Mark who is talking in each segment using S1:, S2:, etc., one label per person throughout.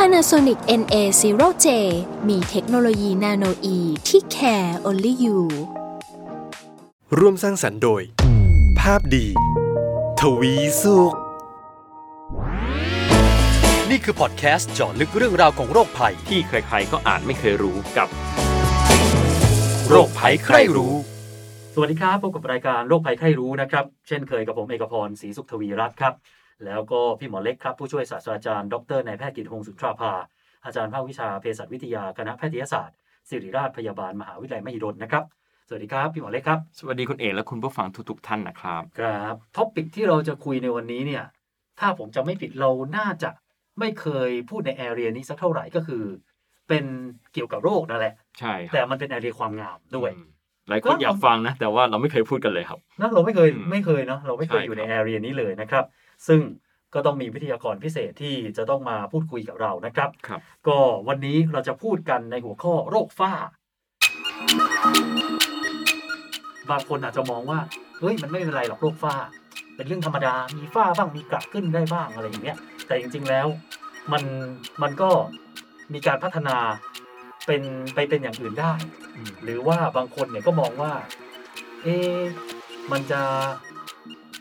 S1: Panasonic NA0J มีเทคโนโลยีนาโนอีที่ care only you
S2: ร่วมสร้างสรรค์โดย ภาพดี ทวีสุข นี่คือพอดแคสต์เจาะลึกเรื่องราวของโรคภัย
S3: ที่ใครๆ ก็อ่านไม่เคยรู้กับ
S2: โรคภัยใครรู้
S4: สวัสดีครับพบกับรายการโรคภัยไข้รู้นะครับ เช่นเคยกับผมเอกพรศรีสุขทวีรัตน์ครับ แล้วก็พี่หมอเล็กครับ ผู้ช่วยศาสตราจารย์ดรนายแพทย์กิตหงสุนทราภา อาจารย์ภาควิชาเภสัชวิทยาคณะแพทยศาสตร์ศิริราชพยาบาลมหาวิทยาลัยมหิดลนะครับ สวัสดีครับพี่หมอเล็กครับ
S3: สวัสดีคุณเอกและคุณผู้ฟังทุกๆ ท่านนะครับ
S4: ครับท็อปิกที่เราจะคุยในวันนี้เนี่ย ถ้าผมจำไม่ผิดเราน่าจะไม่เคยพูดในแอเรียนี้สักเท่าไหร่ก็คือ เป็นเกี่ยวกับโรคนั่นแหละ
S3: ใช่ค
S4: แต่
S3: รับ
S4: มันเป็นแอเรียความงามด้วย
S3: อืมหลายคนอยากฟังนะ แต่ว่าเราไม่เคยพูดกันเลยครับ
S4: นะเราไม่เคย
S3: อืม
S4: ไม่เคยเนาะเราไม่เคย
S3: ใช่
S4: อยู่ใน
S3: ครับ
S4: แอเรียนี้เลยนะครับ ซึ่งก็ต้องมีวิทยากรพิเศษที่จะต้องมาพูดคุยกับเรานะครับ
S3: ครับ
S4: ก็วันนี้เราจะพูดกันในหัวข้อโรคฝ้า บางคนอาจจะมองว่าเฮ้ยมันไม่เป็นไรหรอกโรคฝ้า เป็นเรื่องธรรมดามีฝ้าบ้างมีกระขึ้นได้บ้างอะไรอย่างเงี้ย แต่จริงๆแล้วมันมันก็มีการพัฒนาเป็นไปเป็นอย่างอื่นได้ หรือว่าบางคนเนี่ยก็มองว่า เอะมันจะ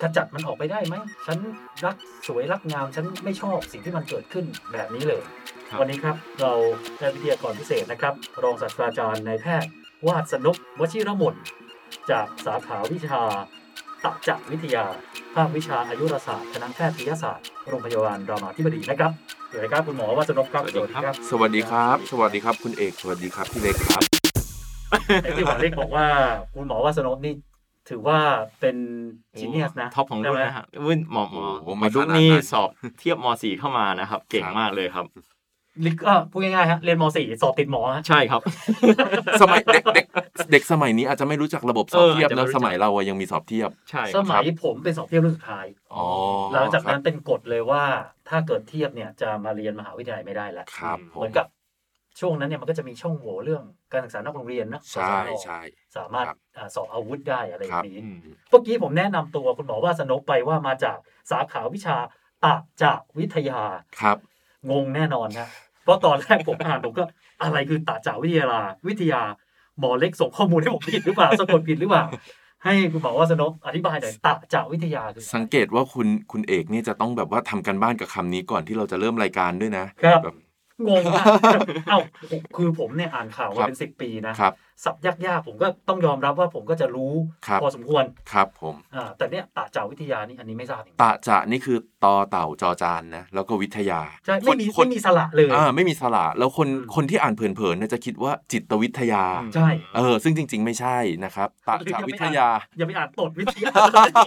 S4: กระจัดมันออกไปได้ไหม ฉันรักสวยรักงาม ฉันไม่ชอบสิ่งที่มันเกิดขึ้นแบบนี้เลย
S3: ครับ
S4: วันนี้ครับเราได้วิทยากรพิเศษนะครับ รองศาสตราจารย์นายแพทย์ วาดสนุกวชิรมนต์จากสาขาวิชาตับจักวิทยา ภาควิชาอายุรศาสตร์คณะแพทยศาสตร์โรงพยาบาลรามาธิบดีนะครับสวัสดีครับคุณหมอวาดสนุกครับ
S5: สวัสดีครับ สวัสดีครับ คุณเอก สวัสดีครับพี่เล็กครับ
S4: แต่ที่หมอเล็กบอกว่าคุณหมอวาสนพนี่ถือว่าเป็นจีเนียสนะ
S3: ท็อปของรุ่น
S4: ใช่ไหม
S3: นะฮะรุ่นหมอหมอ
S5: โอ้โห
S3: ห
S5: ไม่
S3: มา
S5: ขนาด
S3: ดุก
S5: นั้น
S3: นี่สอบเทียบม .4 เข้ามานะครับ เก่ง
S5: ครับ
S3: มากเลยครับ
S4: ลิกก็พูดง่ายๆฮะเรียนม .4 สอบติดหมอฮะ
S3: ใช่ครับ
S5: สมัยเด็กเด็กเด็กสมัยนี้อาจจะไม่รู้จักระบบสอบ
S3: เออ
S5: เทียบ
S3: อาจจะไม่
S5: นะ
S3: รู้จัก
S5: สมัยเราอะยังมีสอบเทียบ
S3: ใช่ค
S4: ส
S3: รับ
S4: มัยผมเป็นสอบเทียบรุ่นสุดท้าย
S5: อ๋อ
S4: หลังจากนั้น
S5: ค
S4: เป็นกฎเลยว่าถ้าเกิดเทียบเนี่ยจะมาเรียนมหาวิทยาลัยไม่ได้แล้ว
S5: รับครับผ
S4: เหมื
S5: ม
S4: อนกับช่วงนั้นเนี่ยมันก็จะมีช่องโหว่เรื่องการศึกษานอกโรงเรียนนะ
S5: ใช่
S4: สอน
S5: ใช่
S4: สามารถ
S5: ครับ
S4: อ่าสอบอาวุธได้อะไรแบ
S5: ครับ บ
S4: นี้
S3: อืม
S4: เมื่อกี้ผมแนะนำตัวคุณหมอวาสนพไปว่ามาจากสาขาวิชาตะจะวิทยา
S5: ครับ
S4: งงแน่นอนนะ เพราะตอนแรกผมอ่านผมก็อะไรคือตาจาวิทยาวิทยา หมอเล็กส่งข้อมูลให้ผมผิดหรือเปล่าสะกดผิดหรือเปล่า ให้คุณหมอวาสนพอธิบายหน่อยตาจาวิทยาคือ
S5: สังเกตว่าคุณคุณเอกเนี่ยจะต้องแบบว่าทำกันบ้านกับคำนี้ก่อนที่เราจะเริ่มรายการด้วยนะ
S4: ครับ
S5: แบบ
S4: งงมาก เอ้าคือผมเนี่ยอ่านข่าวมาเป็นสิบปีนะครับ สับยากๆผมก็ต้องยอมรับว่าผมก็จะรู้
S5: ครับ
S4: พอสมควร
S5: ครับผม
S4: อ่าแต่เนี่ยตาจาวิทยานี่อันนี้ไม่ทราบจริง
S5: ตะจะนี่คือตอเต่าจอจานนะแล้วก็วิทยา
S4: ๆใช่ไม่มีไม่มีสระเลย
S5: อ่าไม่มีสระแล้วคนคนที่อ่านเผินๆเนี่ยจะคิดว่าจิตวิทยา
S3: อืม
S4: ใช่
S5: เออ ซึ่งจริง ๆ ไม่ใช่นะครับตะจะวิทยา
S4: อย่าไปอ่านตดวิท ยา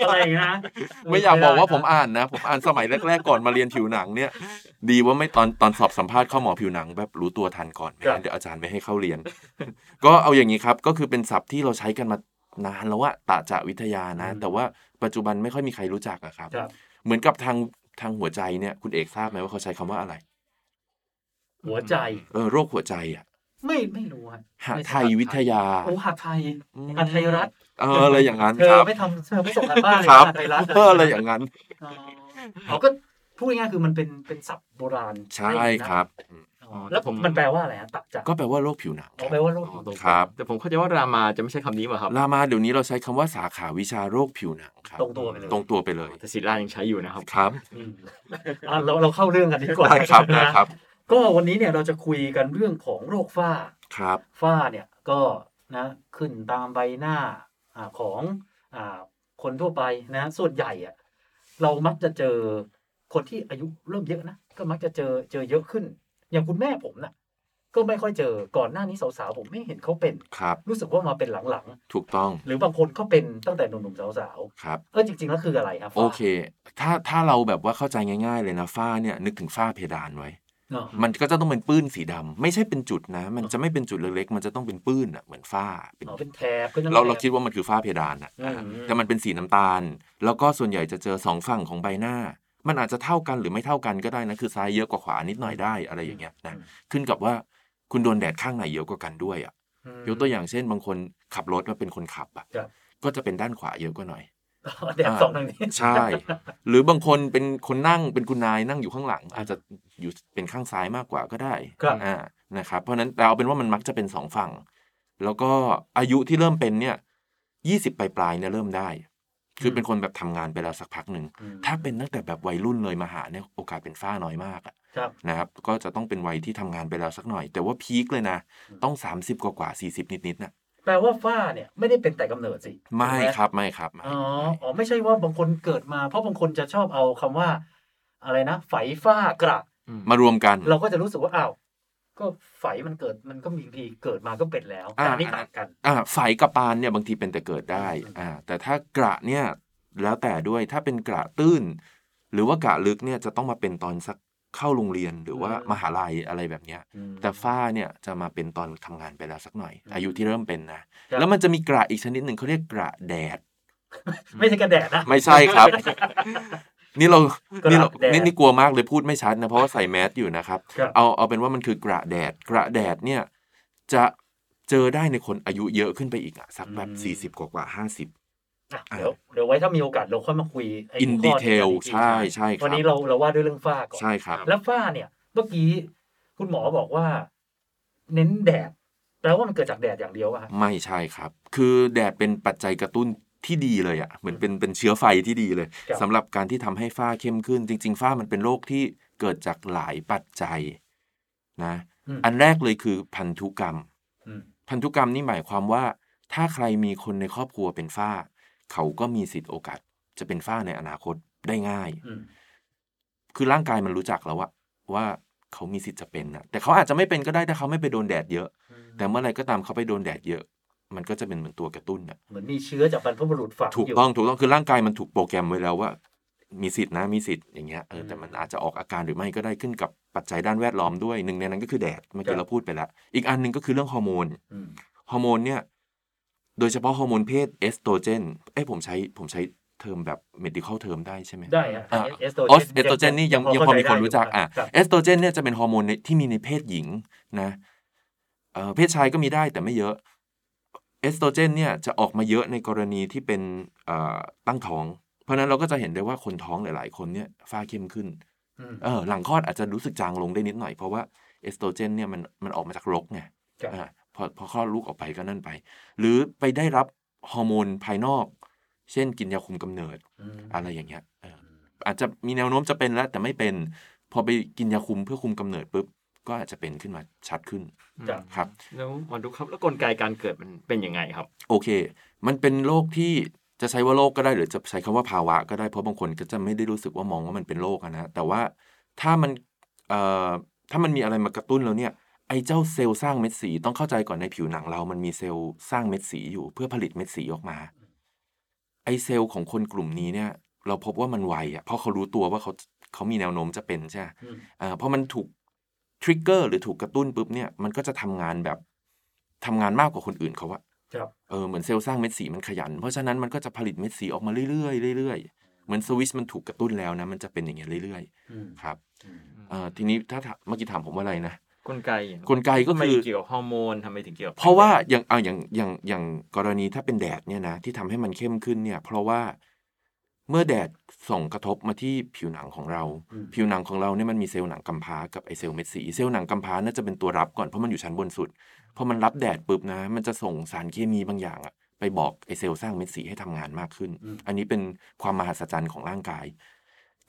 S4: อะไรนะ
S5: ไม่อยาก
S4: ด้
S5: บอกว่าผม
S4: นะ
S5: อ่านนะ ผมอ่านสมัยแรก ๆ ก่อนมาเรียนผิวหนัง เนี่ย ดีว่าไม่ตอนตอนสอบสัมภาษณ์เข้าหมอผิวหนังแบบรู้ตัวทันก่อนไม่
S4: ครับ
S5: งั้นเดี๋ยวอาจารย์ไม่ให้เข้าเรียน ก็เอาอย่างนี้ครับ ก็คือเป็นศัพท์ที่เราใช้กันมานานแล้วอะตะจะวิทยานะ แต่ว่าปัจจุบันไม่ค่อยมีใครรู้จักอะครับ
S4: ครับ
S5: เหมือนกับทางทางหัวใจเนี่ยคุณเอกทราบไหมว่าเขาใช้คำว่าอะไร
S4: หัวใจ
S5: เออโรคหัวใจอะ
S4: ไม่ไม่รู้ฮะ
S5: หาไทยวิทยา
S4: โอ้หัดไทย
S5: อืม
S4: หัดไทยรัฐ
S5: เอออะไรอย่างนั้น
S4: เธอ
S5: ครับ
S4: ไม่ทำเธอไม่ส่งการบ้านเลย
S5: ครั
S4: นะ
S5: บ
S4: หัดไทยรัฐ
S5: เอออะไรอย่างนั้น
S4: อ๋อเขาก็พูดง่ายๆคือมันเป็นเป็นศัพท์โบราณ
S5: ใช่ครับอืม
S4: อ๋อแล้วผมมันแปลว่าอะไรฮะตักจาก
S5: ก็แปลว่าโรคผิวหนังค
S4: อ๋อ
S5: รับ
S4: แปลว่าโรค
S5: ครับ
S3: แต่ผมเข้าใจว่ารามาจะไม่ใช่คำนี้ป่ะครับ
S5: รามาเดี๋ยวนี้เราใช้คำว่าสาขาวิชาโรคผิวหนังครับ
S4: ตรงตัวไปเลย
S5: ตรงตัวไปเลย
S3: แต่ศิลายังใช้อยู่นะครับ
S5: ครับ
S4: อืมอ่ะเราเราเข้าเรื่องกันดีกว่า
S5: ได้ครับได้
S4: นะครับ ก็วันนี้เนี่ยเราจะคุยกันเรื่องของโรคฝ้า
S5: ครับ
S4: ฝ้าเนี่ยก็นะขึ้นตามใบหน้าอาของอาคนทั่วไปนะส่วนใหญ่อะเรามักจะเจอคนที่อายุเริ่มเยอะนะก็มักจะเจอเจอเยอะขึ้น อย่างคุณแม่ผมน่ะ ก็ไม่ค่อยเจอก่อนหน้านี้สาวๆผมไม่เห็นเขาเป็น
S5: ครับ
S4: รู้สึกว่ามาเป็นหลัง
S5: ถูกต้อง
S4: ๆ หรือบางคนก็เป็นตั้งแต่หนุ่มๆสาว
S5: ครับ
S4: ๆเออจริงๆแล้วคืออะไรครับฝ้า
S5: โอเค ถ้าถ้าเราแบบว่าเข้าใจง่าย ๆ เลยนะฝ้าเนี่ยนึกถึงฝ้าเพดานไว้
S4: เนาะ
S5: มันก็จะต้องเป็นปื้นสีดำไม่ใช่เป็นจุดนะ มันจะไม่เป็นจุดเล็กๆ มันจะต้องเป็นปื้นอ่ะเหมือนฝ้าเป็น
S4: อ๋อเป็นแถบเป็นอะไร
S5: เราเราคิดว่ามันคือฝ้าเพดานอ่ะ
S4: อืม
S5: แต่มันเป็นสีน้ำตาล แล้วก็ส่วนใหญ่จะเจอสองฝั่งของใบหน้า มันอาจจะเท่ากันหรือไม่เท่ากันก็ได้นะ คือซ้ายเยอะกว่าขวานิดหน่อยได้อะไรอย่างเงี้ยนะ ขึ้นกับว่าคุณโดนแดดข้างไหนเยอะกว่ากันด้วยอ่ะ
S4: อืม
S5: ยกตัวอย่างเช่น บางคนขับรถมาเป็นคนขับอ่ะ
S4: ครับ
S5: ก็จะเป็นด้านขวาเยอะกว่าหน่อย
S4: อ๋อแดดสองทางนี้
S5: ใช่ หรือบางคนเป็นคนนั่งเป็นคุณนายนั่งอยู่ข้างหลัง อาจจะอยู่เป็นข้างซ้ายมากกว่าก็ได้
S4: ครับ
S5: อ่านะครับเพราะฉะนั้นแต่เอาเป็นว่ามันมักจะเป็นสองฝั่ง แล้วก็อายุที่เริ่มเป็นเนี่ยยี่สิบปลายๆเนี่ยเริ่มได้ คือเป็นคนแบบทำงานไปแล้วสักพักหนึ่ง
S4: อืม
S5: ถ้าเป็นตั้งแต่แบบวัยรุ่นเลยมาหาเนี่ยโอกาสเป็นฝ้าน้อยมากอะ
S4: ครับ
S5: นะครับ ก็จะต้องเป็นวัยที่ทำงานไปแล้วสักหน่อย แต่ว่าพีคเลยนะ ต้อง 30 กว่ากว่าสี่สิบนิดๆน่ะ
S4: แปลว่าฝ้าเนี่ยไม่ได้เป็นแต่กำเนิดสิ
S5: ไม่
S4: ถูกห
S5: ครับไม่ครับไม่
S4: อ๋ออ๋อไม่ใช่ว่าบางคนเกิดมา เพราะบางคนจะชอบเอาคำว่า อะไรนะไฝฝ้ากระ
S5: มารวมกัน
S4: เราก็จะรู้สึกว่าอ้าวก็ไฝมันเกิดมันก็มีพีเกิดมาก็เป็นแล้วแต่อันนี้
S5: อ่า
S4: ต่างกัน
S5: อ่าไฝกับปานเนี่ยบางทีเป็นแต่เกิดได้
S4: อืม
S5: อ่าแต่ถ้ากระเนี่ยแล้วแต่ด้วยถ้าเป็นกระตื้น หรือว่ากระลึกเนี่ยจะต้องมาเป็นตอนสักเข้าโรงเรียนหรือว่ามหาลัยอะไรแบบเนี้ย
S4: อืม
S5: แต่ฝ้าเนี่ยจะมาเป็นตอนทำงานไปแล้วสักหน่อย
S4: อืม
S5: อายุที่เริ่มเป็นนะครับ แล้วมันจะมีกระอีกชนิดหนึ่งเขาเรียกกระแดด
S4: ไม่ใช่กระแดดนะ
S5: ไม่ใช่ครับ นี่เรา
S4: กระ
S5: นี่เรา
S4: แดด
S5: นี่นี่กลัวมากเลยพูดไม่ชัดนะเพราะว่าใส่แมสอยู่นะครับ
S4: ครับ
S5: เอาเอาเป็นว่ามันคือกระแดด กระแดดเนี่ยจะเจอได้ในคนอายุเยอะขึ้นไปอีกอะสักแบบสี่สิบ40 กว่ากว่าห้าสิบ
S4: อ่ะเดี๋ยวเดี๋ยวไว้ถ้ามีโอกาสเราค่อยมาคุยไอ้
S5: อิน
S4: หัว
S5: ดี
S4: ข้
S5: เทล
S4: ยอีกที
S5: ใช่ใช่ค
S4: วัน
S5: รับ
S4: นี้เราเราว่าด้วยเรื่องฝ้าก่อน
S5: ใช่ครับ
S4: แล้วฝ้าเนี่ยเมื่อกี้คุณหมอบอกว่า เน้นแดดแปลว่ามันเกิดจากแดดอย่างเดียวอะฮะ
S5: ไม่ใช่ครับ คือแดดเป็นปัจจัยกระตุ้นที่ดีเลยอะ่ะเหมือนเป็นเป็นเชื้อไฟที่ดีเลย
S4: ครับ
S5: สำหรับการที่ทำให้ฝ้าเข้มขึ้น จริง ๆ ฝ้ามันเป็นโรคที่เกิดจากหลายปัจจัยนะ
S4: ม
S5: อันแรกเลยคือพันธุกรรม
S4: อืม
S5: พันธุกรรมนี่หมายความว่า ถ้าใครมีคนในครอบครัวเป็นฝ้า เขาก็มีสิทธิ์โอกาส จะเป็นฝ้าในอนาคตได้ง่าย
S4: อืม
S5: คือร่างกายมันรู้จักแล้วอะว่าเขามีสิทธิ์จะเป็นนะแต่เขาอาจจะไม่เป็นก็ได้ถ้าเขาไม่ไปโดนแดดเยอะ แต่เมื่อไรก็ตามเขาไปโดนแดดเยอะ มันก็จะเป็นเหมือนตัวกระตุ้นน่ะ
S4: เหมือนมีเชื้อจากบรรพบุรุษฝัง
S5: ถูก
S4: ยู่
S5: ต้องถูกต้องคือร่างกายมันถูกโปรแกรมไว้แล้วว่า มีสิทธิ์นะมีสิทธิ์อย่างเงี้ยเออแต่
S4: อืม
S5: มันอาจจะออกอาการหรือไม่ก็ได้ขึ้นกับปัจจัยด้านแวดล้อมด้วยหนึ่งในนั้นก็คือแดดเมื่อ
S4: ครั
S5: กี้
S4: บ
S5: เราพูดไปแล้วอีกอันหนึ่งก็คือเรื่องฮอร์โมน
S4: อืม
S5: ฮอร์โมนเนี่ยโดยเฉพาะฮอร์โมนเพศเอสโตรเจนเอ้ยผมใช้ผมใช้เทอมแบบ medical term ได้ใช่ไหม
S4: ได้อะ
S5: อ่า
S4: เอสโต
S5: ออสเอสโตรเจนนี่ยังยังพอมีคน
S4: เข้าใจได้
S5: รู้จักอ่ะ
S4: ครับ
S5: เอสโตรเจนเนี่ยจะเป็นฮอร์โมนในที่มีในเพศหญิงนะเอ่อเพศชายก็มีได้แต่ไม่เยอะเอสโตรเจนเนี่ยจะออกมาเยอะในกรณีที่เป็นเอ่อตั้งท้อง เพราะฉะนั้นเราก็จะเห็นได้ว่าคนท้องหลาย ๆ คนเนี่ยฝ้าเข้มขึ้น
S4: อืม
S5: เออหลังคลอดอาจจะรู้สึกจางลงได้นิดหน่อยเพราะว่าเอสโตรเจนเนี่ยมันมันออกมาจากรกไง
S4: ครับ
S5: อ่าพอพอคลอดลูกออกไปก็นั่นไป หรือไปได้รับฮอร์โมนภายนอก เช่นกินยาคุมกำเนิด
S4: อืม
S5: อะไรอย่างเงี้ยเอออาจจะมีแนวโน้มจะเป็นแล้ว แต่ไม่เป็น พอไปกินยาคุมเพื่อคุมกำเนิดปุ๊บ ก็อาจจะเป็นขึ้นมาชัดขึ้น
S4: จ้ะ
S5: ครับ
S3: แล้วหมอดูครับแล้วกลไกการเกิดมันเป็นยังไงครับ
S5: โอเค มันเป็นโรคที่จะใช้ว่าโรคก็ได้หรือจะใช้คำว่าภาวะก็ได้เพราะบางคนก็จะไม่ได้รู้สึกว่ามองว่ามันเป็นโรคอะนะแต่ว่าถ้ามันเอ่อถ้ามันมีอะไรมากระตุ้นแล้วเนี่ยไอ้เจ้าเซลล์สร้างเม็ดสีต้องเข้าใจก่อนในผิวหนังเรา มันมีเซลล์สร้างเม็ดสีอยู่เพื่อผลิตเม็ดสีออกมาไอ้เซลล์ของคนกลุ่มนี้เนี่ยเราพบว่ามันไวอะเพราะเขารู้ตัวว่าเขาเขามีแนวโน้มจะเป็นใช่ไหม
S4: อืม
S5: อ่าพอมันถูกทริกเกอร์หรือถูกกระตุ้นปุ๊บเนี่ยมันก็จะทำงานแบบทำงานมากกว่าคนอื่นเขาอะ
S4: ครับ
S5: เออเหมือนเซลล์สร้างเม็ดสีมันขยัน เพราะฉะนั้นมันก็จะผลิตเม็ดสีออกมาเรื่อยๆเรื่อยๆเหมือนสวิตชมันถูกกระตุ้นแล้วนะมันจะเป็นอย่างเงี้ยเรื่อย
S4: อืม
S5: ๆครับ
S4: อืม
S5: เอ่อทีนี้ถ้าถามเมื่อกี้ถามผมว่าอะไรนะ
S3: กลไกอย่าง
S5: กลไกก็
S3: ทำไม
S5: คือ
S3: เกี่ยวกับฮอร์โมนทำไมถึงเกี่ยวกับ
S5: เพราะว่าอย่างเอาอย่างอย่างอย่างกรณีถ้าเป็นแดดเนี่ยนะที่ทำให้มันเข้มขึ้นเนี่ย เพราะว่าเมื่อแดดส่องกระทบมาที่ผิวหนังของเรา
S4: อืม
S5: ผิวหนังของเราเนี่ยมันมีเซลล์หนังกำพร้ากับไอเซลล์เม็ดสีเซลล์หนังกำพร้าน่าจะเป็นตัวรับก่อนเพราะมันอยู่ชั้นบนสุดพอมันรับแดดปุ๊บนะ มันจะส่งสารเคมีบางอย่างอะไปบอกไอเซลล์สร้างเม็ดสีให้ทำงานมากขึ้น
S4: อืม
S5: อันนี้เป็นความมหัศจรรย์ของร่างกาย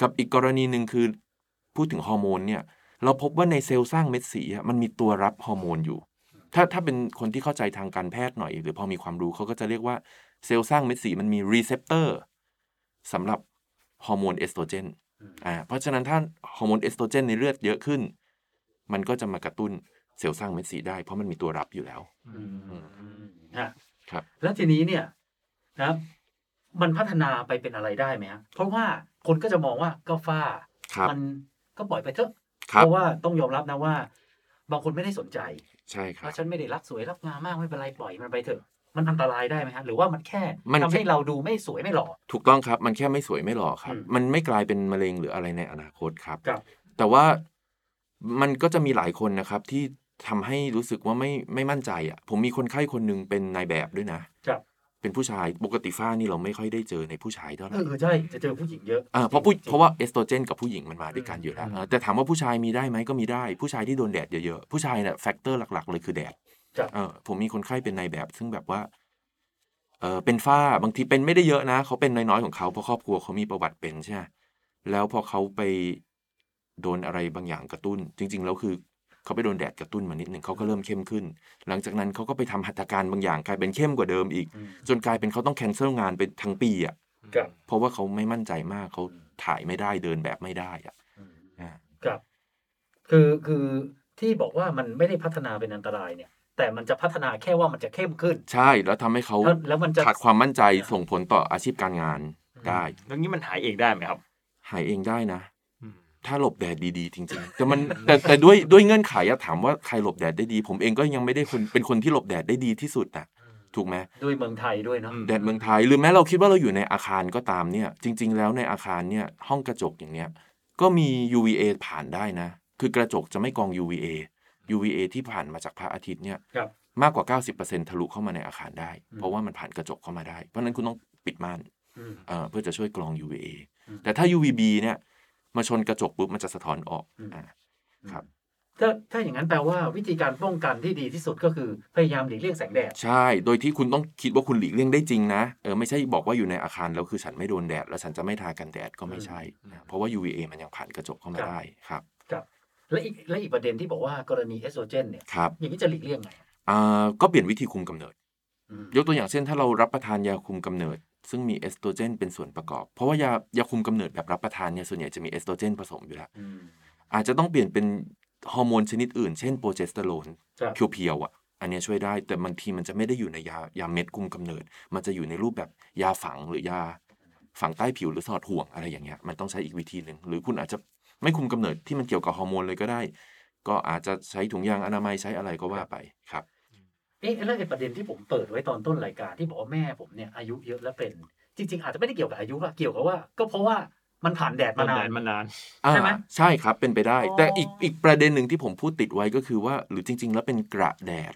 S5: กับอีกกรณีหนึ่งคือพูดถึงฮอร์โมนเนี่ย เราพบว่าในเซลล์สร้างเม็ดสีอะมันมีตัวรับฮอร์โมนอยู่ ถ้าถ้าเป็นคนที่เข้าใจทางการแพทย์หน่อย หรือพอมีความรู้เขาก็จะเรียกว่าเซลล์สร้างเม็ดสีมันมีรีเซพเตอร์สำหรับฮอร์โมนเอสโตรเจนอ่าเพราะฉะนั้นถ้าฮอร์โมนเอสโตรเจนในเลือดเยอะขึ้น มันก็จะมากระตุ้นเซลล์สร้างเม็ดสีได้ เพราะมันมีตัวรับอยู่แล้ว
S3: อืม
S4: ฮะ
S5: ครับ
S4: แล้วทีนี้เนี่ยนะครับ มันพัฒนาไปเป็นอะไรได้ไหมฮะเพราะว่าคนก็จะมองว่าก็ฝ้า
S5: ครับ
S4: มันก็ปล่อยไปเถอะ
S5: ครับ
S4: เพราะว่าต้องยอมรับนะว่า บางคนไม่ได้สนใจ
S5: ใช่ครั
S4: ว่า
S5: บ
S4: ฉันไม่ได้รักสวยรักงามมากไม่เป็นไรปล่อยมันไปเถอะ มันอันตรายได้ไหมฮะหรือว่ามันแค่
S5: มัน
S4: ทำให้
S5: แค่
S4: เราดูไม่สวยไม่หล่อ
S5: ถูกต้องครับมันแค่ไม่สวยไม่หล่อครับ
S4: อืม
S5: มันไม่กลายเป็นมะเร็งหรืออะไรในอนาคตครับ
S4: ครับ
S5: แต่ว่ามันก็จะมีหลายคนนะครับที่ทำให้รู้สึกว่าไม่ไม่มั่นใจอ่ะผมมีคนไข้คนหนึ่งเป็นนายแบบด้วยนะ
S4: ครับ
S5: เป็นผู้ชายปกติฝ้านี่เราไม่ค่อยได้เจอในผู้ชายเท่าไห
S4: เอ
S5: ร่
S4: อใช่ จะเจอผู้หญิงเยอะ
S5: เอ่อเพราะผู้
S4: จงๆ
S5: เพราะว่าเอสโตรเจนกับผู้หญิงมันมาด้วยกันอยู่แล้ว
S3: อืม
S5: เอ่อแต่ถามว่าผู้ชายมีได้ไหมก็มีได้ ผู้ชายที่โดนแดดเยอะๆ ผู้ชายเนี่ยแฟกเตอร์หลักๆ เลยคือแดด
S4: ครับ
S5: เออผมมีคนไข้เป็นนายแบบ ซึ่งแบบว่าเออเป็นฝ้าบางทีเป็นไม่ได้เยอะนะ เขาเป็นน้อยๆของเขาเพราะครอบครัวเขามีประวัติเป็นใช่ไหมแล้วพอเขาไปโดนอะไรบางอย่างกระตุ้น จริงๆแล้วคือเขาไปโดนแดดกระตุ้นมานิดหนึ่งเขาก็เริ่มเข้มขึ้น หลังจากนั้นเขาก็ไปทำหัตถการบางอย่างกลายเป็นเข้มกว่าเดิมอีก
S4: อืม
S5: จนกลายเป็นเขาต้องแคนเซิลงานไปทั้งปีอ่ะ
S4: ครับ
S5: เพราะว่าเขาไม่มั่นใจมากเขาถ่ายไม่ได้เดินแบบไม่ได้อะอ่า
S4: ครับ คือคือที่บอกว่ามันไม่ได้พัฒนาเป็นอันตรายเนี่ย แต่มันจะพัฒนาแค่ว่ามันจะเข้มขึ้น
S5: ใช่แล้วทำให้เขา
S4: แล้วแล้วมันจะ
S5: ขาดความมั่นใจส่งผลต่ออาชีพการงานได้
S3: แล้วนี้มันหายเองได้ไหมครับ
S5: หายเองได้นะ
S3: อืม
S5: ถ้าหลบแดดดีๆ จริงๆ แต่มันแต่แต่ด้วยด้วยเงื่อนไขอะถามว่าใครหลบแดดได้ดี ผมเองก็ยังไม่ได้คนเป็นคนที่หลบแดดได้ดีที่สุดนะถูกไหม
S4: ด้วยเมืองไทยด้วยเนาะ
S3: อืม
S5: แดดเมืองไทยหรือแม้เราคิดว่าเราอยู่ในอาคารก็ตามเนี่ย จริง ๆ แล้วในอาคารเนี่ยห้องกระจกอย่างเนี้ยก็มี UVA ผ่านได้นะ คือกระจกจะไม่กรอง UVA UVA ที่ผ่านมาจากพระอาทิตย์เนี่ย
S4: ครับ
S5: มากกว่า 90%ทะลุเข้ามาในอาคารได้
S4: อืม
S5: เพราะว่ามันผ่านกระจกเข้ามาได้ เพราะฉะนั้นคุณต้องปิดม่าน
S4: อืม
S5: เอ่อเพื่อจะช่วยกรอง UVA
S4: อืม
S5: แต่ถ้า UVB เนี่ยมาชนกระจกปุ๊บมันจะสะท้อนออก
S4: อืม
S5: อ่า ครับ
S4: ถ้าถ้าอย่างนั้นแปลว่าวิธีการป้องกันที่ดีที่สุดก็คือพยายามหลีกเลี่ยงแสงแดด
S5: ใช่ โดยที่คุณต้องคิดว่าคุณหลีกเลี่ยงได้จริงนะเออไม่ใช่บอกว่าอยู่ในอาคารแล้วคือฉันไม่โดนแดด แล้วฉันจะไม่ทากันแดดก็ไม่ใช่นะเพราะว่า UVA มันยังผ่านกระจกเข้ามา
S4: ครับ
S5: ได้ครับ
S4: และอีกและอีกประเด็นที่บอกว่ากรณีเอสโตรเจนเนี่ย
S5: ครับ
S4: อย่างนี้จะหลีกเลี่ยงไง
S5: อ่าก็เปลี่ยนวิธีคุมกำเนิด
S4: อืม
S5: ยกตัวอย่างเช่นถ้าเรารับประทานยาคุมกำเนิด ซึ่งมีเอสโตรเจนเป็นส่วนประกอบ เพราะว่ายายาคุมกำเนิดแบบรับประทานเนี่ยส่วนใหญ่จะมีเอสโตรเจนผสมอยู่แล้ว
S4: อืม
S5: อาจจะต้องเปลี่ยนเป็นฮอร์โมนชนิดอื่น เช่นโปรเจสเตอโรน
S4: ครับ
S5: เพียวๆอ่ะ อันเนี้ยช่วยได้ แต่บางทีมันจะไม่ได้อยู่ในยายาเม็ดคุมกำเนิด มันจะอยู่ในรูปแบบยาฝังหรือยาฝังใต้ผิวหรือสอดห่วงอะไรอย่างเงี้ย มันต้องใช้อีกวิธีหนึ่ง หรือคุณอาจจะไม่คุมกำเนิดที่มันเกี่ยวกับฮอร์โมนเลยก็ได้ ก็อาจจะใช้ถุงยางอนามัยใช้อะไรก็ว่าไปครับ
S4: เอ๊ะแล้วไอ้ประเด็นที่ผมเปิดไว้ตอนต้นรายการที่บอกว่าแม่ผมเนี่ยอายุเยอะแล้วเป็น จริง ๆ อาจจะไม่ได้เกี่ยวกับอายุละเกี่ยวกับว่า ก็เพราะว่ามันผ่านแดดมา
S3: มั
S4: นาน
S3: นาน นมันนาน
S5: อ่า
S4: ใช่ไหม
S5: ใช่ครับเป็นไปได้
S4: อ๋อ
S5: แต่อีกอีกประเด็นหนึ่งที่ผมพูดติดไว้ก็คือว่า หรือจริง ๆ แล้วเป็นกระแดด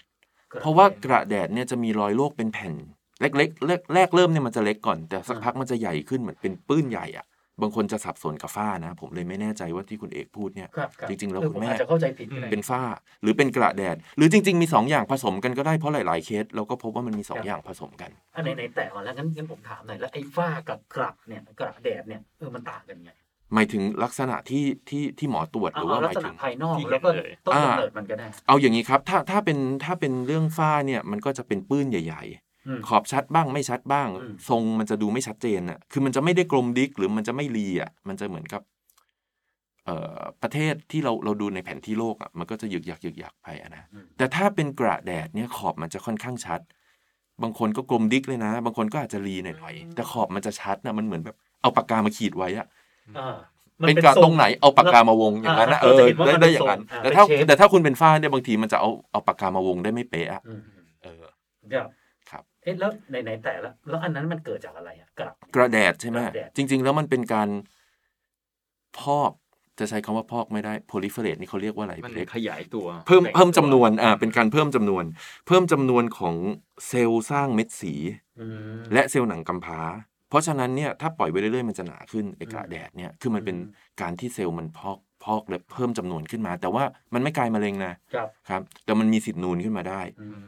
S5: เพราะว่ากระแดดเนี่ยจะมีรอยโรคเป็นแผ่น เล็กๆแรกแรกเริ่มเนี่ยมันจะเล็กก่อน แต่สักพักมันจะใหญ่ขึ้นเหมือนเป็นปื้นใหญ่อะบางคนจะสับสนกับฝ้านะ ผมเลยไม่แน่ใจว่าที่คุณเอกพูดเนี่ย
S4: ครับคบ
S5: จริงๆแล้ว
S4: เออ
S5: คุณแม่
S4: ผอาจจะเข้าใจผิดก็ได้
S5: เป็นฝ้าหรือเป็นกระแดด หรือจริง ๆมีสองอย่างผสมกันก็ได้เพราะหลายๆเคสเราก็พบว่ามันมีสอ
S4: ค
S5: ง
S4: รับ
S5: อย่างผสมกัน
S4: อันไหนๆแต่ก่อนแล้วงั้นงั้นผมถามหน่อยแล้วไอ้ฝ้ากับกระเนี่ยกระแดดเนี่ยเออมันต่างกันยังไง
S5: หมายถึงลักษณะที่ที่ที่หมอตรวจห
S4: เอา
S5: รือ
S4: เอา
S5: ว่า
S4: ลักษ
S5: หมายถึ
S4: ณะ
S5: ง
S4: ภายนอกแล้วก็
S3: ที่เห็นเลย
S4: ต้น
S5: อ่า
S4: กำเนิดมันก็ได้
S5: เอาอย่างนี้ครับถ้าถ้าเป็นถ้าเป็นเรื่องฝ้าเนี่ยมันก็จะเป็นปื้นใหญ่ ๆ
S4: อืม
S5: ขอบชัดบ้างไม่ชัดบ้าง
S4: อืม
S5: ทรงมันจะดูไม่ชัดเจนอ่ะคือมันจะไม่ได้กลมดิกหรือมันจะไม่รีอ่ะมันจะเหมือนกับ เอ่อประเทศที่เราเราดูในแผนที่โลกอ่ะมันก็จะหยึกยักหยึกยักไปอะนะแต่ถ้าเป็นกระแดดเนี่ยขอบมันจะค่อนข้างชัด บางคนก็กลมดิกเลยนะ บางคนก็อาจจะรีหน่อยๆแต่ขอบมันจะชัดนะมันเหมือนแบบเอาปากกามาขีดไว้อ่ะ
S4: อ่ามั
S5: เป็นกระ
S4: ท
S5: ตรงไหนเอาปากกามาวงอย่างนั้นนะ
S4: อ่า
S5: เออ
S4: เราจะเห็นว่ามันเป็น
S5: ได้ได้อย่างนั้น
S4: ทรงอ่า
S5: แต่ถ้า
S4: เป็นเชฟ
S5: แต่ถ้าคุณเป็นฝ้าเนี่ยบางทีมันจะเอาเอาปากกามาวงได้ไม่เป๊ะอะ
S4: อืม
S5: เออ
S4: ครับ
S5: ครับ
S4: เอ๊ะแล้วไหนๆแต่ละแล้วอันนั้นมันเกิดจากอะไรอะกระ
S5: กระแดดใช่ไหม
S4: กระแดด
S5: จริง ๆ แล้วมันเป็นการพอกจะใช้คำว่าพอกไม่ได้ proliferate นี่เขาเรียกว่าอะไร
S3: มัน
S5: เล็ก
S3: ขยายตัว
S5: เพิ่ม
S3: แบ่ง
S5: เพิ่ม
S3: ตัว
S5: จำนวนอ่าเป็นการเพิ่มจำนวน เพิ่มจำนวนของเซลล์สร้างเม็ดสี
S4: อืม
S5: และเซลล์หนังกำพร้า เพราะฉะนั้นเนี่ยถ้าปล่อยไว้เรื่อยๆมันจะหนาขึ้นไอ้กระแดดเนี่ยคือมันเป็น
S4: อืม
S5: การที่เซลล์มันพอกพอกและเพิ่มจำนวนขึ้นมา แต่ว่ามันไม่กลายมะเร็งนะครับ ครับแต่มันมีสิทธิ์นูนขึ้นมาได้
S4: อืม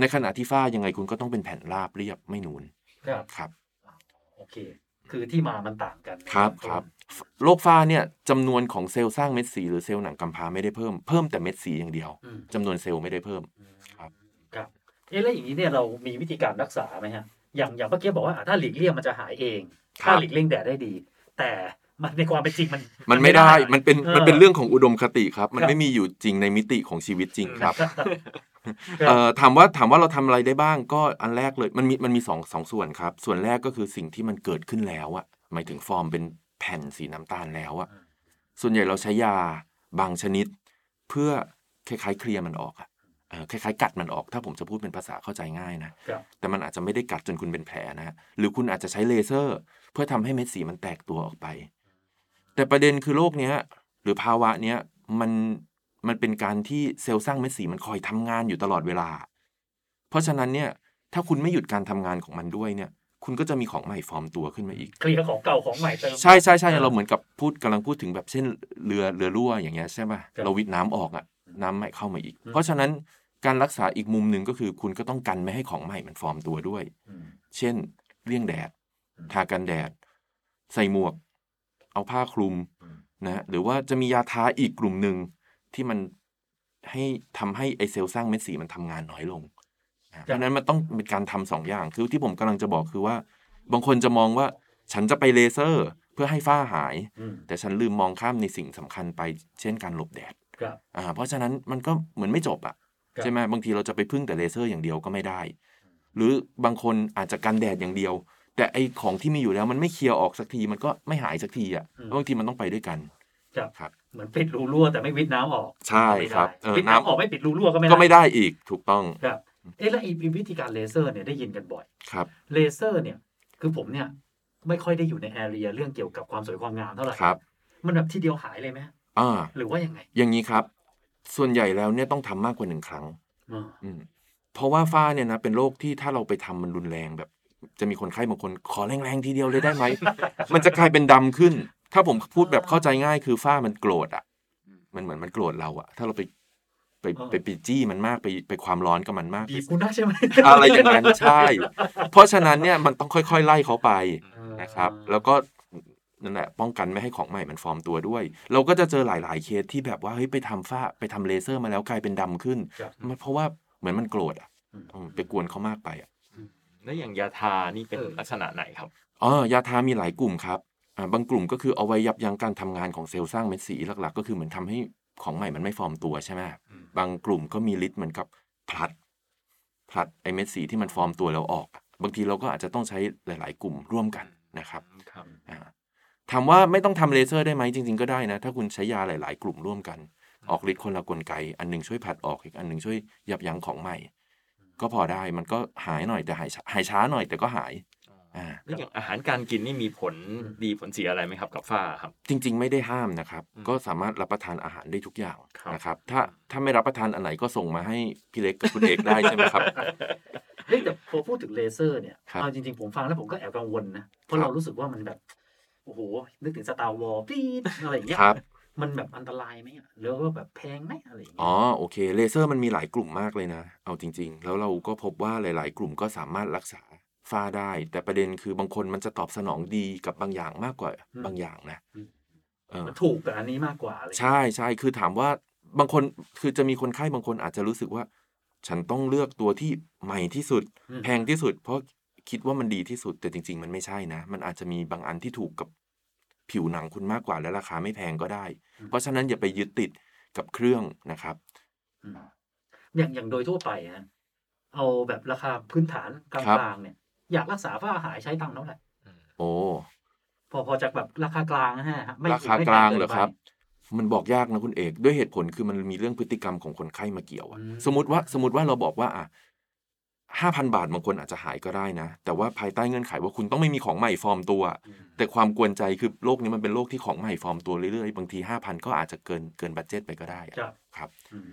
S5: ในขณะที่ฝ้ายังไงคุณก็ต้องเป็นแผ่นราบเรียบไม่นูน
S4: ครับ
S5: ครับ
S4: โอเค คือที่มามันต่างกัน
S5: ครับครับโรคฝ้าเนี่ยจำนวนของเซลล์สร้างเม็ดสี หรือเซลล์หนังกำพร้าไม่ได้เพิ่ม เพิ่มแต่เม็ดสีอย่างเดียว
S4: อืม
S5: จำนวนเซลล์ไม่ได้เพิ่ม ครับ
S4: ครับ เอ๊ะแล้วอย่างนี้เนี่ยเรามีวิธีการรักษาไหมฮะ อย่างอย่างเมื่อกี้บอกว่าอ่ะถ้าหลีกเลี่ยงมันจะหายเอง ถ้าหลีกเลี่ยงแดดได้ดี แต่มันในความเป็นจริงมัน
S5: มันไม่ได้มันเป็น
S4: ออ
S5: มันเป็นเรื่องของอุดมคติครับ มัน
S4: ครับ
S5: ไม่มีอยู่จริงในมิติของชีวิตจริงครับ
S4: ครับ
S5: เอ่อถามว่าถามว่าเราทำอะไรได้บ้างก็อันแรกเลยมันมีมันมีสองสองส่วนครับ ส่วนแรกก็คือสิ่งที่มันเกิดขึ้นแล้วอะหมายถึงฟอร์มเป็นแผ่นสีน้ำตาลแล้วอะส่วนใหญ่เราใช้ยา บางชนิด เพื่อคล้ายๆเคลียร์มันออกอะเอ่อคล้ายๆ กัดมันออก ถ้าผมจะพูดเป็นภาษาเข้าใจง่ายนะ
S4: ครับ
S5: แต่มันอาจจะไม่ได้กัดจนคุณเป็นแผลนะฮะหรือคุณอาจจะใช้เลเซอร์ เพื่อทำให้เม็ดสีมันแตกตัวออกไป แต่ประเด็นคือโรคเนี้ย หรือภาวะเนี้ยมันมันเป็นการที่เซลล์สร้างเม็ดสีมันคอยทำงานอยู่ตลอดเวลา เพราะฉะนั้นเนี่ย ถ้าคุณไม่หยุดการทำงานของมันด้วยเนี่ย คุณก็จะมีของใหม่ฟอร์มตัวขึ้นมาอีก
S4: เคลียร์ของเก่าของใหม่เติม
S5: ใช่ใช่ใช่เราเหมือนกับพูดกำลังพูดถึงแบบเช่นเรือเรือรั่วอย่างเงี้ยใช่ไหม
S4: ครับ
S5: เราวิดน้ำออกอ่ะน้ำใหม่เข้ามาอีก
S4: อืม
S5: เพราะฉะนั้นการรักษาอีกมุมหนึ่งก็คือ คุณก็ต้องกันไม่ให้ของใหม่มันฟอร์มตัวด้วย
S4: อืม
S5: เช่นเลี่ยงแดด
S4: อืม
S5: ทากันแดด ใส่หมวก เอาผ้าคลุม
S4: อืม
S5: นะฮะหรือว่าจะมียาทาอีกกลุ่มหนึ่งที่มันให้ทำให้ไอเซลล์สร้างเม็ดสีมันทำงานน้อยลงนะเพราะฉะนั้นมันต้องเป็นการทำสองอย่างคือที่ผมกำลังจะบอกคือว่า บางคนจะมองว่าฉันจะไปเลเซอร์ เพื่อให้ฝ้าหาย
S4: อืม
S5: แต่ฉันลืมมองข้ามในสิ่งสำคัญไป เช่นการหลบแดด
S4: ครับ
S5: อ่าเพราะฉะนั้นมันก็เหมือนไม่จบอะ
S4: ครับ
S5: ใช่ไหมบางทีเราจะไปพึ่งแต่เลเซอร์อย่างเดียวก็ไม่ได้ หรือบางคนอาจจะกันแดดอย่างเดียว แต่ไอของที่มีอยู่แล้วมันไม่เคลียร์ออกสักทีมันก็ไม่หายสักทีอะแล้วบางทีมันต้องไปด้วยกัน
S4: ครับ
S5: ครับ
S4: เหมือนปิดรูรั่วแต่ไม่วิดน้ำออก
S5: ใช่
S4: ไม่ได้
S5: ครับเออ
S4: ปิด
S5: น้
S4: น้ำออกไม่ปิดรูรั่วก็ไม่
S5: ำ
S4: ได้
S5: ก็ไม่ได้อีกถูกต้อง
S4: ครับเอ๊ะแล้วอีกวิธีการเลเซอร์เนี่ยได้ยินกันบ่อย
S5: ครับ
S4: เลเซอร์เนี่ย คือผมเนี่ย ไม่ค่อยได้อยู่ในแอเรียเรื่องเกี่ยวกับความสวยความงามเท่าไหร่
S5: ครับ
S4: มันแบบทีเดียวหายเลยไหมฮะ
S5: อ่า
S4: หรือว่ายังไง
S5: อย่างนี้ครับ ส่วนใหญ่แล้วเนี่ยต้องทำมากกว่าหนึ่งครั้ง
S4: อ๋อ
S5: อืมเพราะว่าฝ้าเนี่ยนะเป็นโรคที่ถ้าเราไปทำมันรุนแรงแบบ จะมีคนไข้บางคนขอแรงๆทีเดียวเลยได้ไห ม มันจะกลายเป็นดำขึ้น ถ้าผมพูดแบบเข้าใจง่ายคือฝ้ามันโกรธอ่ะ มันเหมือนมันโกรธเราอ่ะ ถ้าเราไปไปไปไปจี้มันมากไปไปความร้อนกับมันมาก
S4: บีบกูนะใช่ไหม
S5: อะไรอย่างนั้นใช่ เพราะฉะนั้นเนี่ยมันต้องค่อยๆ ไล่เขาไป นะครับแล้วก็นั่นแหละป้องกันไม่ให้ของใหม่มันฟอร์มตัวด้วย เราก็จะเจอหลาย ๆ เคสที่แบบว่าเฮ้ยไปทำฝ้าไปทำเลเซอร์มาแล้วกลายเป็นดำขึ้น
S4: ครับ
S5: มันเพราะว่าเหมือนมันโกรธอ่ะ
S4: อืม
S5: อืมไปกวนเขามากไปอ่ะ
S3: แล้วอย่างยาทานี่เป็น
S4: เออ
S3: ลักษณะไหนครับ
S5: อ๋อยาทามีหลายกลุ่มครับอ่าบางกลุ่มก็คือเอาไว้ยับยั้งการทำงานของเซลล์สร้างเม็ดสีหลัก ๆ ก็คือเหมือนทำให้ของใหม่มันไม่ฟอร์มตัวใช่ไหมบางกลุ่มก็มีฤทธิ์เหมือนกับผลัดผลัดไอเม็ดสีที่มันฟอร์มตัวแล้วออก บางทีเราก็อาจจะต้องใช้หลาย ๆ กลุ่มร่วมกันนะครับ
S3: ครับ
S5: อ่าถามว่าไม่ต้องทำเลเซอร์ได้ไหมจริง ๆ ก็ได้นะ ถ้าคุณใช้ยาหลาย ๆ กลุ่มร่วมกัน ออกฤทธิ์คนละกลไก อันหนึงช่วยผลัดออกอีกอันหนึงช่วยยับยั้งของใหม่ ก็พอได้มันก็หายหน่อยแต่หายช้าหายช้าหน่อยแต่ก็หายอ่า
S3: แล้วอย่างอาหารการกินนี่มีผลดีผลเสียอะไรไหมครับกับฝ้าครับ
S5: จริง ๆ ไม่ได้ห้ามนะครับ
S3: อืม
S5: ก็สามารถรับประทานอาหารได้ทุกอย่าง
S3: ครับ
S5: นะครับ ถ้าถ้าไม่รับประทานอันไหนก็ส่งมาให้พี่เล็กกับคุณเอกได้ใช่ไหมครับ
S4: เฮ้ยแต่พอพูดถึงเลเซอร์เนี่ย
S5: ครับ
S4: เอาจริงๆผมฟังแล้วผมก็แอบกังวลนะเพราะ
S5: ครับ
S4: เรารู้สึกว่ามันแบบโอ้โหนึกถึงสตาร์วอลปี๊ดอะไรอย่างเงี้ย
S5: ครับ
S4: มันแบบอันตรายไหมอะหรือว่าแบบแพงไหมอะไรอย่างเงี้
S5: อ๋
S4: ย
S5: อโอเคเลเซอร์มันมีหลายกลุ่มมากเลยนะ เอาจริง ๆ แล้วเราก็พบว่าหลาย ๆ กลุ่มก็สามารถรักษาฝ้าได้ แต่ประเด็นคือบางคนมันจะตอบสนองดีกับบางอย่างมากกว่า
S4: อืม
S5: บางอย่างนะ
S4: อืม
S5: เออ
S4: มันถูกกับอันนี้มากกว่าอะไรอย่างเงี้ย
S5: ใช่ใช่คือถามว่าบางคนคือจะมีคนไข้บางคนอาจจะรู้สึกว่า ฉันต้องเลือกตัวที่ใหม่ที่สุด
S4: อืม
S5: แพงที่สุด เพราะคิดว่ามันดีที่สุดแต่จริง ๆ มันไม่ใช่นะ มันอาจจะมีบางอันที่ถูกกับผิวหนังคุณมากกว่าและราคาไม่แพงก็ได้
S4: อืม
S5: เพราะฉะนั้นอย่าไปยึดติดกับเครื่องนะครับ
S4: อืมอย่างอย่างโดยทั่วไปฮะเอาแบบราคาพื้นฐานกล
S5: ครับ
S4: างๆเนี่ย อยากรักษาฝ้าหายใช้ตังค์เท่าไหร่
S5: โอ้
S4: พอพอจากแบบราคากลางนะฮะไม่
S5: ราคากลางเหรอครับ มันบอกยากนะคุณเอก ด้วยเหตุผลคือมันมีเรื่องพฤติกรรมของคนไข้มาเกี่ยวอะสมมติว่าสมมติว่าเราบอกว่าอ่ะห้าพันบาทบางคนอาจจะหายก็ได้นะ แต่ว่าภายใต้เงื่อนไขว่าคุณต้องไม่มีของใหม่ฟอร์มตัว แต่ความกวนใจคือโรคนี้มันเป็นโรคที่ของใหม่ฟอร์มตัวเรื่อยๆ บางทีห้าพันก็อาจจะเกินเกินบัตเจ็ตไปก็ได้อะ
S4: ครับ
S5: ครับ
S4: อืม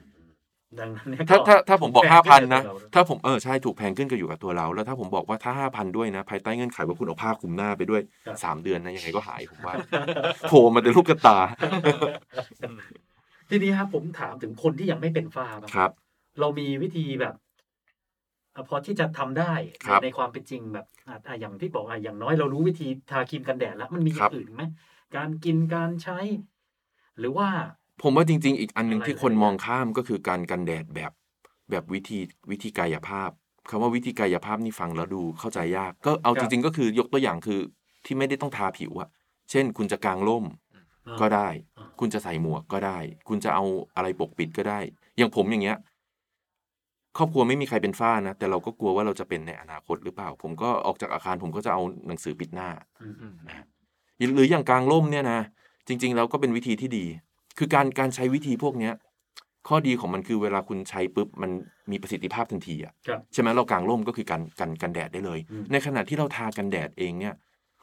S4: ดังนั้นเนี่ย
S5: ถ้าถ้าถ้าผมบอกห้าพันนะ
S4: เรา
S5: ถ้าผมเออใช่ถูกแพงขึ้นก็อยู่กับตัวเรา แล้วถ้าผมบอกว่าถ้าห้าพันด้วยนะ ภายใต้เงื่อนไขว่าคุณเอาผ้าคลุมหน้าไปด้วย
S4: ครับ
S5: สามเดือนนะยังไงก็หาย ผมว่า โผล่มาแต่ลูกกระตา
S4: ทีนี้ครับผมถามถึงคนที่ยังไม่เป็นฝ้าบ้าง
S5: ครับ
S4: เรามีวิธีแบบอ่ะพอที่จะทำได้
S5: ครับ
S4: ในความเป็นจริงแบบอ่ะอ่ะอย่างที่บอกอ่ะอย่างน้อยเรารู้วิธีทาครีมกันแดดแล้วมันมีอย่างอื่นไหมการกินการใช้ หรือว่า
S5: ผมว่าจริง ๆ อีกอันหนึ่ง
S4: อะไร
S5: ที่คน
S4: หลายๆ
S5: มองข้ามก็คือการกันแดดแบบแบบวิธีวิธีกายภาพคำว่าวิธีกายภาพนี่ฟังแล้วดูเข้าใจยาก ก็เอา
S4: ค
S5: จ
S4: รับ
S5: ริง ๆ ก็คือยกตัวอย่างคือที่ไม่ได้ต้องทาผิวอะเช่น คุณจะกางร่ม
S4: อ่า
S5: ก็ได้
S4: อ่า
S5: คุณจะใส่หมวกก็ได้ คุณจะเอาอะไรปกปิดก็ได้ อย่างผมอย่างเงี้ย ครอบครัวไม่มีใครเป็นฝ้านะแต่เราก็กลัวว่าเราจะเป็นในอนาคตหรือเปล่า ผมก็ออกจากอาคารผมก็จะเอาหนังสือปิดหน้า
S4: อืม
S5: หรืออย่างกลางร่มเนี่ยนะจริง ๆ แล้วก็เป็นวิธีที่ดี คือการการใช้วิธีพวกเนี้ยข้อดีของมันคือเวลาคุณใช้ปุ๊บมันมีประสิทธิภาพทันทีอ่ะ
S4: ครับ
S5: ใช่ไหมเรากางร่มก็คือกันกันกันแดดได้เลย
S3: อืม
S5: ในขณะที่เราทากันแดดเองเนี่ย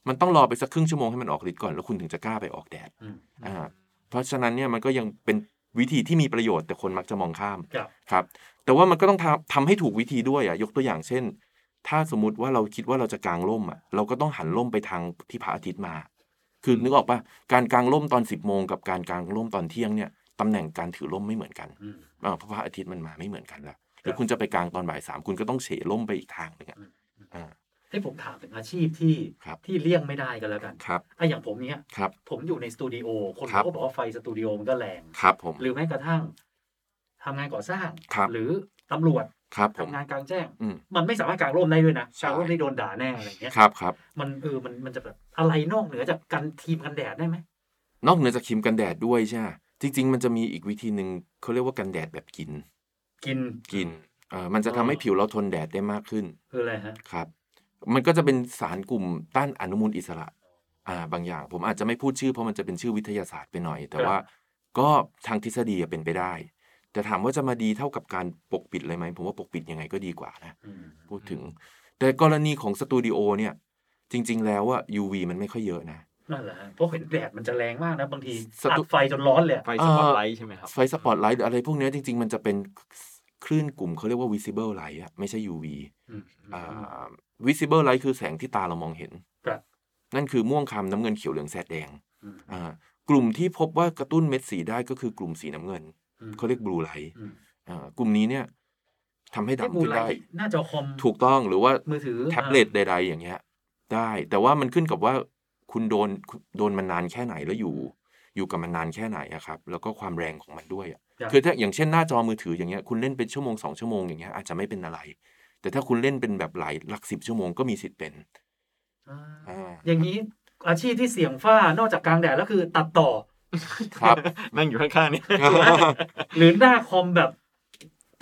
S5: มันต้องรอไปสักครึ่งชั่วโมงให้มันออกฤทธิ์ก่อนแล้วคุณถึงจะกล้าไปออกแดด
S3: อืม
S5: อ่าเพราะฉะนั้นเนี่ยมันก็ยังเป็นวิธีที่มีประโยชน์แต่คนมักจะมองข้าม
S4: ครับ
S5: ครับแต่ว่ามันก็ต้องทำทำให้ถูกวิธีด้วยอ่ะยกตัวอย่างเช่น ถ้าสมมติว่าเราคิดว่าเราจะกางร่มอ่ะเราก็ต้องหันร่มไปทางที่พระอาทิตย์มา คือนึกออกปะการกางร่มตอน 10บโมงกับการกางร่มตอนเที่ยงเนี่ยตำแหน่งการถือร่มไม่เหมือนกัน
S3: อืม
S5: อ่าเพราะพระอาทิตย์มันมาไม่เหมือนกันละหรือคุณจะไปกางตอนบ่ายสามคุณก็ต้องเฉร่มไปอีกทางหนึ่งอ่ะ
S3: อืม
S5: อ่า
S4: ให้ผมถามถึงอาชีพที่
S5: ครับ
S4: ที่เลี่ยงไม่ได้กันแล้วกัน
S5: ครับ
S4: ไอ้อย่างผมเนี้ย
S5: ครับ
S4: ผมอยู่ในสตูดิโอคน
S5: ครับ
S4: เขาก็บอกว่าไฟสตูดิโอมันก็แรง
S5: ครับผม
S4: หรือแม้กระทั่งทำงานก่อสร้าง
S5: ครับ
S4: หรือตำรวจ
S5: ครับผ
S4: ทำ
S5: ม
S4: งานกลางแจ้ง
S5: อืม
S4: มันไม่สามารถกางร่มได้ด้วยนะ
S5: ใช่
S4: กางร่มได้โดนด่าแน่อะไรอย่างเงี้ย
S5: ครับครับ
S4: มันเออมันมันจะแบบอะไรนอกเหนือจากกันทีมกันแดดได้ไหม
S5: นอกเหนือจากครีมกันแดดด้วยใช่ไหมจริง ๆ มันจะมีอีกวิธีหนึ่งเขาเรียกว่ากันแดดแบบกิน
S4: กิน
S5: กินเอ่อมันจะทำให้
S4: อ๋อ
S5: ผิวเราทนแดดได้มากขึ้น
S4: คืออะไรฮะ
S5: ครับ มันก็จะเป็นสารกลุ่มต้านอนุมูลอิสระอ่าบางอย่าง ผมอาจจะไม่พูดชื่อเพราะมันจะเป็นชื่อวิทยาศาสตร์ไปหน่อย แต่
S4: ครับ
S5: ว่าก็ทางทฤษฎีอะเป็นไปได้ แต่ถามว่าจะมาดีเท่ากับการปกปิดเลยไหมผมว่าปกปิดยังไงก็ดีกว่านะ
S4: อืม
S5: พูดถึง แต่กรณีของสตูดิโอเนี่ย จริง ๆ แล้วอะ UV มันไม่ค่อยเยอะนะ
S4: นั่นแหละฮะเพราะเห็นแดดมันจะแรงมากนะบางที
S5: สตู
S4: อัดไฟจนร้อนเลยอะ
S3: ไฟสปอตไลท์ใช่ไหมครับ
S5: ไฟสปอตไลท์หรืออะไรพวกเนี้ยจริง ๆ มันจะเป็นคลื่นกลุ่มเขาเรียกว่า visible light อะไม่ใช่ UV
S4: อืม
S5: อ่า visible light คือแสงที่ตาเรามองเห็น
S4: ครับ
S5: นั่นคือม่วงคำน้ำเงินเขียวเหลืองแสดแดง
S4: อืม
S5: อ่ากลุ่มที่พบว่ากระตุ้นเม็ดสีได้ก็คือกลุ่มสีน้ำเงิน
S4: อืม
S5: เขาเรียก blue light
S4: อืม
S5: อ่ากลุ่มนี้เนี่ยทำให้
S4: ไอ้
S5: ดำ
S4: บู
S5: ขึ้น
S4: ไล
S5: ได้
S4: ท์หน้าจอคอม
S5: ถูกต้องหรือว่า
S4: มือถือ
S5: แท็บเล็ตใด ๆ อย่างเงี้ยได้ แต่ว่ามันขึ้นกับว่าคุณโดนโดนมันนานแค่ไหนแล้วอยู่ อยู่กับมันนานแค่ไหนอะครับ แล้วก็ความแรงของมันด้วยอะ
S4: รับ
S5: คือถ้าอย่างเช่นหน้าจอมือถืออย่างเงี้ยคุณเล่นเป็นชั่วโมงสองชั่วโมงอย่างเงี้ยอาจจะไม่เป็นอะไร แต่ถ้าคุณเล่นเป็นแบบหลายหลักสิบชั่วโมงก็มีสิทธิ์เป็น
S4: อ่า
S5: อ่า
S4: อย่างนี้อาชีพที่เสี่ยงฝ้านอกจากกลางแดดแล้วคือตัด ต่อ
S5: ครับ
S3: นั่งอยู่ข้างๆเนี่ย
S4: หรือหน้าคอมแบบ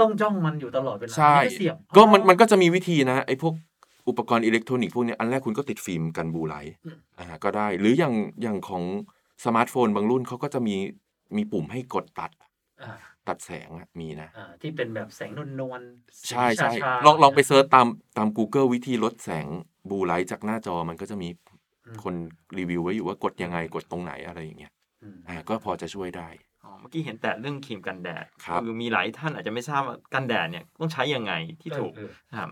S4: ต้องจ้องมันอยู่ตลอดเวลา
S5: ใช่
S4: มันก็เสี่ยง
S5: ก็มันมันก็จะมีวิธีนะไอ้พวกอุปกรณ์อิเล็กทรอนิกส์พวกเนี้ยอันแรกคุณก็ติดฟิล์มกันบูไลท์อ่าก็ได้ หรืออย่างอย่างของสมาร์ทโฟนบางรุ่นเขาก็จะมีมีปุ่มให้กดตัด
S4: อ่า
S5: ตัดแสงอะมีนะ
S4: อ่าที่เป็นแบบแสงนวลนวลๆ
S5: ใช่ใช่
S4: ชาๆ
S5: ลองลองไปเซิร์ชตามตาม Google วิธีลดแสงบูไลท์จากหน้าจอมันก็จะมีคนรีวิวไว้อยู่ว่ากดยังไงกดตรงไหนอะไรอย่างเงี้ย
S4: อืม
S5: อ่าก็พอจะช่วยได้
S3: อ๋อเมื่อกี้เห็นแต่เรื่องครีมกันแดด
S5: ครับ
S3: อมีหลายท่านอาจจะไม่ทราบว่ากันแดดเนี่ยต้องใช้ยังไงที่ถูก
S4: เออเออ
S3: ครับ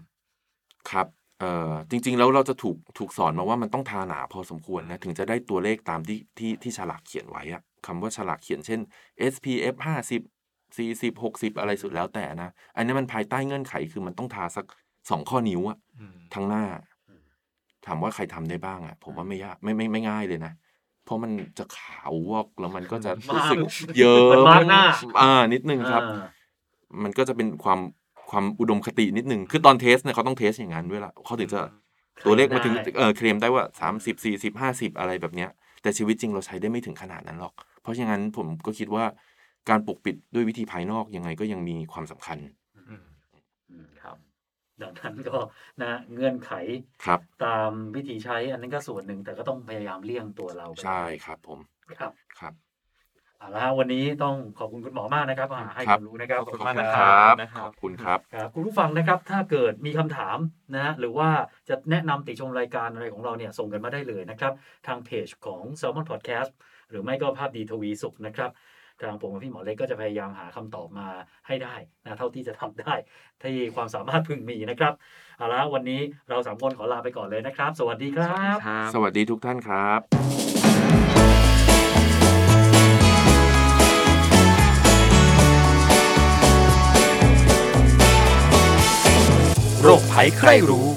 S5: ครับเอ่อจริง ๆ แล้วเราจะถูกถูกสอนมาว่ามันต้องทาหนาพอสมควรนะ ถึงจะได้ตัวเลขตามที่ที่ที่ฉลากเขียนไว้อะคำว่าฉลากเขียนเช่น SPF 50 40 60 อะไรสุดแล้วแต่นะ อันนี้มันภายใต้เงื่อนไขคือมันต้องทาสัก 2 ข้อนิ้วอะ
S3: อืม
S5: ทั้งหน้า ถามว่าใครทำได้บ้างอะผมว่าไม่ยากไม่ไม่ไม่ง่ายเลยนะ เพราะมันจะขาววอกแล้วมันก็จะรู้สึกเยอะ
S4: มันมาร์กหน้า
S5: อ่านิดนึงครับ
S4: อ่า
S5: มันก็จะเป็นความความอุดมคตินิดนึง คือตอนเทสเนี่ยเขาต้องเทสอย่างนั้นด้วยล่ะเขาถึงจะตัวเลขมาถึง
S4: ได้
S5: เออเคลมได้ว่า 30 40 50 อะไรแบบเนี้ย แต่ชีวิตจริงเราใช้ได้ไม่ถึงขนาดนั้นหรอก เพราะฉะนั้นผมก็คิดว่าการปกปิดด้วยวิธีภายนอกยังไงก็ยังมีความสำคัญ
S3: อืม
S4: อืมครับ ดังนั้นก็นะเงื่อนไข
S5: ครับ
S4: ตามวิธีใช้อันนั้นก็ส่วนหนึ่งแต่ก็ต้องพยายามเลี่ยงตัวเราไป
S5: ใช่ครับผม
S4: ครับ
S5: ครับ
S4: เอาละวันนี้ต้องขอบคุณคุณหมอมากนะครับอ่าให้ความรู้นะครับ
S5: ขอบคุณ
S3: ากนะ
S5: ค
S3: ครั
S5: รับบ ขอบคุณครับ
S4: ครับคุณผู้ฟังนะครับ ถ้าเกิดมีคำถามนะหรือว่าจะแนะนำติชมรายการอะไรของเราเนี่ยส่งกันมาได้เลยนะครับ ทางเพจของ s ซ l m o n Podcast หรือไม่ก็ภาพดีทวีสุขนะครับ ทางผมกับพี่หมอเล็กก็จะพยายามหาคำตอบมาให้ได้นะเท่าที่จะทำได้ ที่ความสามารถพึงมีนะครับเอาละวันนี้เราสามคนขอลาไปก่อนเลยนะครับ สวัสดีครั
S3: สวัสดี
S4: บ
S3: ครับ
S5: สวัสดีทุกท่านครับ
S2: โรคภัยไข้รู้